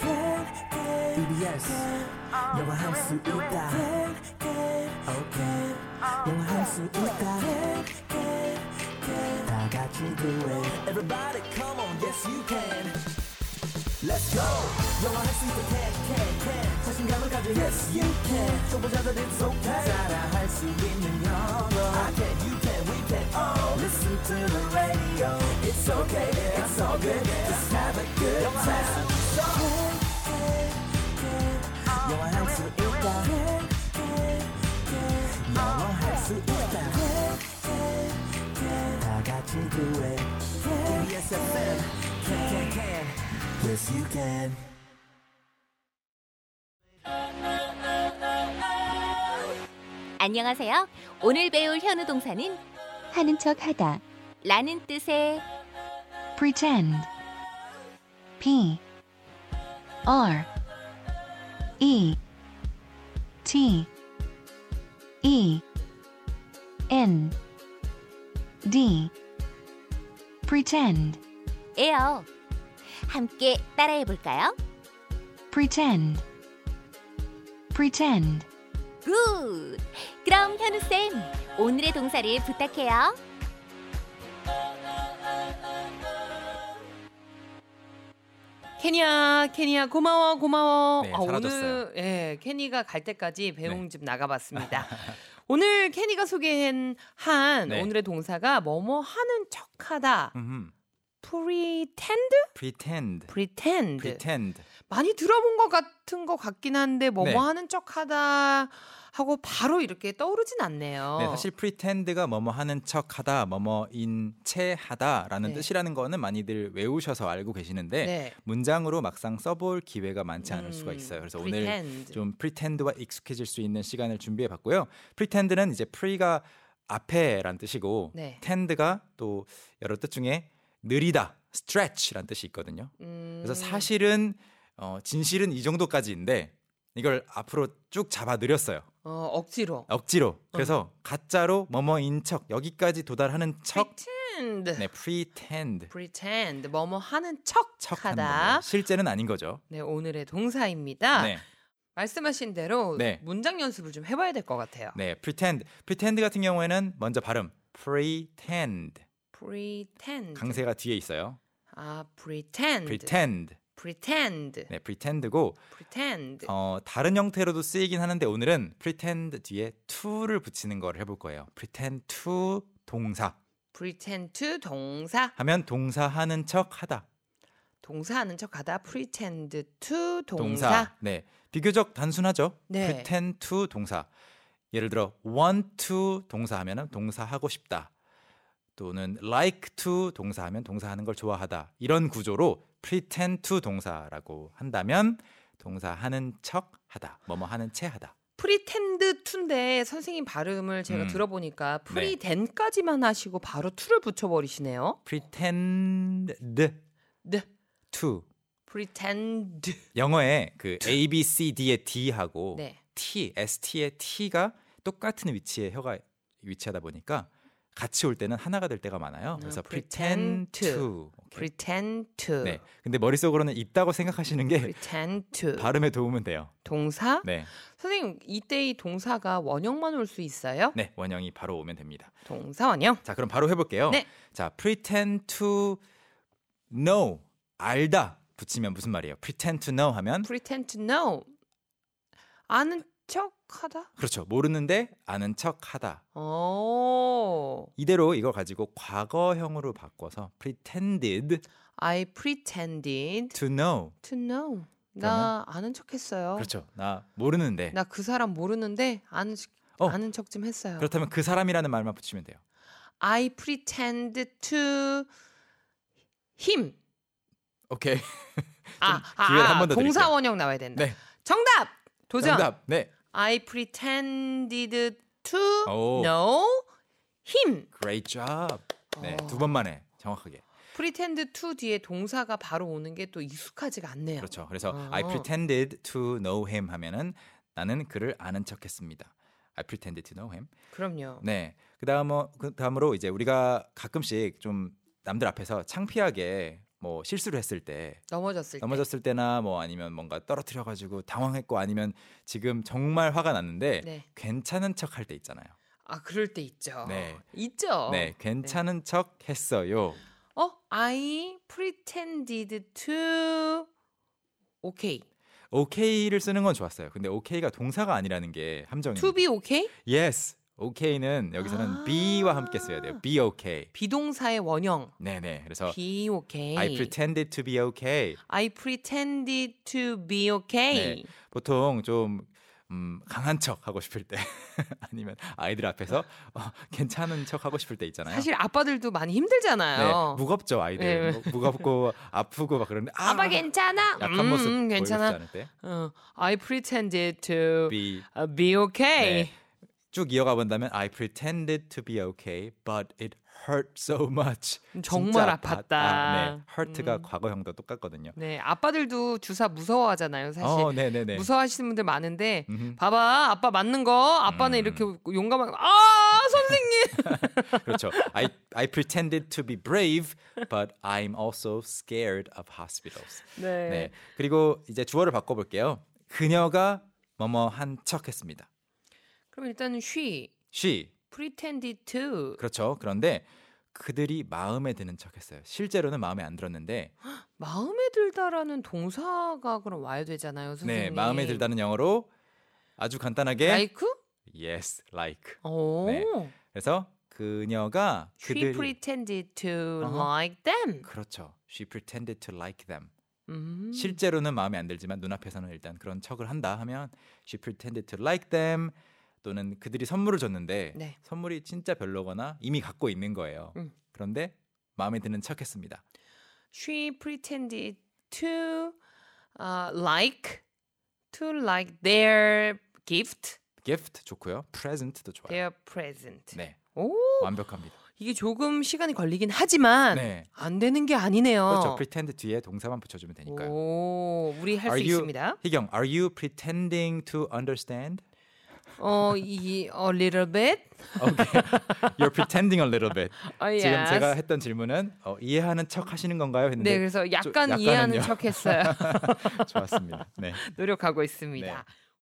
E EBS 너와 할 수 있다 오케이 너와 할 수 있다 다 같이 do it Everybody come on yes you can Let's go 영화 할수 있다 E can can can 자신감을 가져 yes you can 초보자들 it's okay 따라할 수 있는 영어 I can you can we can all listen to the radio It's okay yeah, it's all good just have a good time So 영화 할수 있다 영화 할수 있다 다 같이 do it KBS FM can can can Yes you can 안녕하세요. 오늘 배울 현우 동사는 하는 척 하다. 라는 뜻의 pretend. P R E T E N D pretend. 에요. 함께 따라해 볼까요? pretend. pretend. 굿! 그럼 현우쌤, 오늘의 동사를 부탁해요. 케니야, 케니야, 고마워, 고마워. 네, 아, 잘하셨어요. 네. 오늘 예, 케니가 갈 때까지 배웅집 나가봤습니다. 오늘 케니가 소개한 한 네. 오늘의 동사가 뭐뭐 하는 척하다. 음흠. pretend, pretend. pretend. pretend. 많이 들어본 것 같은 것 같긴 한데 뭐뭐 네. 하는 척하다 하고 바로 이렇게 떠오르진 않네요. 네, 사실 pretend가 뭐뭐 하는 척하다, 뭐뭐인 체하다라는 네. 뜻이라는 거는 많이들 외우셔서 알고 계시는데 네. 문장으로 막상 써볼 기회가 많지 않을 음, 수가 있어요. 그래서 오늘 pretend. 좀 pretend와 익숙해질 수 있는 시간을 준비해 봤고요. pretend는 이제 pre가 앞에란 뜻이고 네. tend가 또 여러 뜻 중에 느리다, stretch란 뜻이 있거든요. 음, 그래서 사실은 어, 진실은 이 정도까지인데 이걸 앞으로 쭉 잡아 느렸어요. 어, 억지로 억지로. 어. 그래서 가짜로 뭐뭐인 척 여기까지 도달하는 척 pretend. 네, pretend pretend 뭐뭐 하는 척 척하는 하다. 거예요. 실제는 아닌 거죠. 네, 오늘의 동사입니다. 네. 말씀하신 대로 네. 문장 연습을 좀 해봐야 될 것 같아요. 네, pretend. pretend 같은 경우에는 먼저 발음 pretend pretend. 강세가 뒤에 있어요. 아, pretend. pretend. pretend. 네, pretend고 pretend. 어, 다른 형태로도 쓰이긴 하는데 오늘은 pretend 뒤에 to를 붙이는 걸 해볼 거예요. pretend to 동사. pretend to 동사. 하면 동사하는 척 하다. 동사하는 척하다. pretend to 동사. 동사. 네. 비교적 단순하죠. 네. pretend to 동사. 예를 들어 want to 동사하면 동사하고 싶다. 또는 like to 동사하면 동사하는 걸 좋아하다. 이런 구조로 pretend to 동사라고 한다면 동사하는 척 하다. 뭐뭐 하는 채 하다. pretend to인데 선생님 발음을 제가 음. 들어보니까 pretend까지만 하시고 바로 to를 붙여버리시네요. pretend 네. to pretend. 영어에 그 A B C D의 D하고 네. T, ST의 T가 똑같은 위치에 혀가 위치하다 보니까 같이 올 때는 하나가 될 때가 많아요. 그래서 pretend pretend to. to. 오케이. pretend to. 네. 근데 머릿속으로는 있다고 생각하시는 게 pretend to. 발음에 도움은 돼요. 동사? 네. 선생님 이때 이 동사가 원형만 올 수 있어요? 네. 원형이 바로 오면 됩니다. 동사 원형. 자, 그럼 바로 해 볼게요. 네. 자, pretend to know 알다 붙이면 무슨 말이에요? pretend to know 하면 pretend to know. 아는 척하다. 그렇죠. 모르는데 아는 척하다. 오. 이대로 이걸 가지고 과거형으로 바꿔서 pretended I pretended to know to know. 나 아는 척했어요. 그렇죠. 나 모르는데. 나 그 사람 모르는데 아는 척- 어. 아는 척 좀 했어요. 그렇다면 그 사람이라는 말만 붙이면 돼요. I pretend to him. 오케이. 아, 기회를 아, 한 아 번더 드릴게요. 동사 원형 나와야 된다. 네. 정답. 도전. 정답. 네. I pretended to 오. know him. Great job. 네. 어. 두 번 만에 정확하게. pretend to 뒤에 동사가 바로 오는 게 또 익숙하지가 않네요. 그렇죠. 그래서 어. I pretended to know him 하면은 나는 그를 아는 척했습니다. I pretended to know him. 럼요 네. 그다음 그 다음으로 이제 우리가 가끔씩 좀 남들 앞에서 창피하게 뭐 실수를 했을 때 넘어졌을 때. 넘어졌을 때나 뭐 아니면 뭔가 떨어뜨려 가지고 당황했고 아니면 지금 정말 화가 났는데 네. 괜찮은 척 할 때 있잖아요. 아 그럴 때 있죠. 네. 있죠. 네, 괜찮은 척 했어요. 어, I pretended to. 오케이. 오케이를 쓰는 건 좋았어요. 근데 오케이가 동사가 아니라는 게 함정입니다. To be okay? Yes. 오케이는 여기서는 아. be와 함께 써야 돼요. be okay. 비동사의 원형. 네, 네. 그래서 be okay. I pretended to be okay. 네. I pretended to be okay. 보통 좀 음, 강한 척 하고 싶을 때 아니면 아이들 앞에서 어, 괜찮은 척 하고 싶을 때 있잖아요. 사실 아빠들도 많이 네, 힘들잖아요. 무겁죠 아이들 뭐, 네. 무- 무겁고 아프고 막 그런데 아, 아빠 괜찮아? 약한 모습 음, 보이지 괜찮아. 않을 때 어, I pretended to be, be be okay. 네. 쭉 이어가 본다면 I pretended to be okay, but it hurt so much. 음, 정말 진짜 아팠다. 음. 네, hurt가 과거형도 똑같거든요. 네, 아빠들도 주사 무서워하잖아요, 사실. 어, 네, 네, 네. 무서워하시는 분들 많은데 음흠. 봐봐 아빠 맞는 거 아빠는 음. 이렇게 용감하게 아 선생님 그렇죠. I I pretended to be brave, but I'm also scared of hospitals. 네. 네. 그리고 이제 주어를 바꿔 볼게요. 그녀가 뭐뭐 한 척했습니다. 그럼 일단은 she She. pretended to 그렇죠. 그런데 그들이 마음에 드는 척했어요. 실제로는 마음에 안 들었는데 네. 마음에 들다라는 동사가 그럼 와야 되잖아요 선생님 네, 마음에 들다는 영어로 아주 간단하게 like yes, like. 오 네. 그래서 그녀가 she 그들 pretended to 어허. like them 그렇죠. She pretended to like them. 음. 실제로는 마음에 안 들지만 눈앞에서는 일단 그런 척을 한다 하면 she pretended to like them 또는 그들이 선물을 줬는데 네. 선물이 진짜 별로거나 이미 갖고 있는 거예요. 음. 그런데 마음에 드는 척했습니다. she pretended to uh, like to like their gift gift 좋고요. present도 좋아요. their present 네. 오 완벽합니다. 이게 조금 시간이 걸리긴 하지만 네. 안 되는 게 아니네요. 그렇죠. pretend 뒤에 동사만 붙여 주면 되니까요. 어. 오, 우리 할 수 Are you- 있습니다. 희경, are you pretending to understand? 어, 이 a little bit. Okay. You're pretending a little bit. 어, yes. 지금 제가 했던 질문은 어, 이해하는 척 하시는 건가요? 했는데 네, 그래서 좀 약간 이해하는 약간은요. 척했어요. 좋았습니다. 네. 노력하고 있습니다.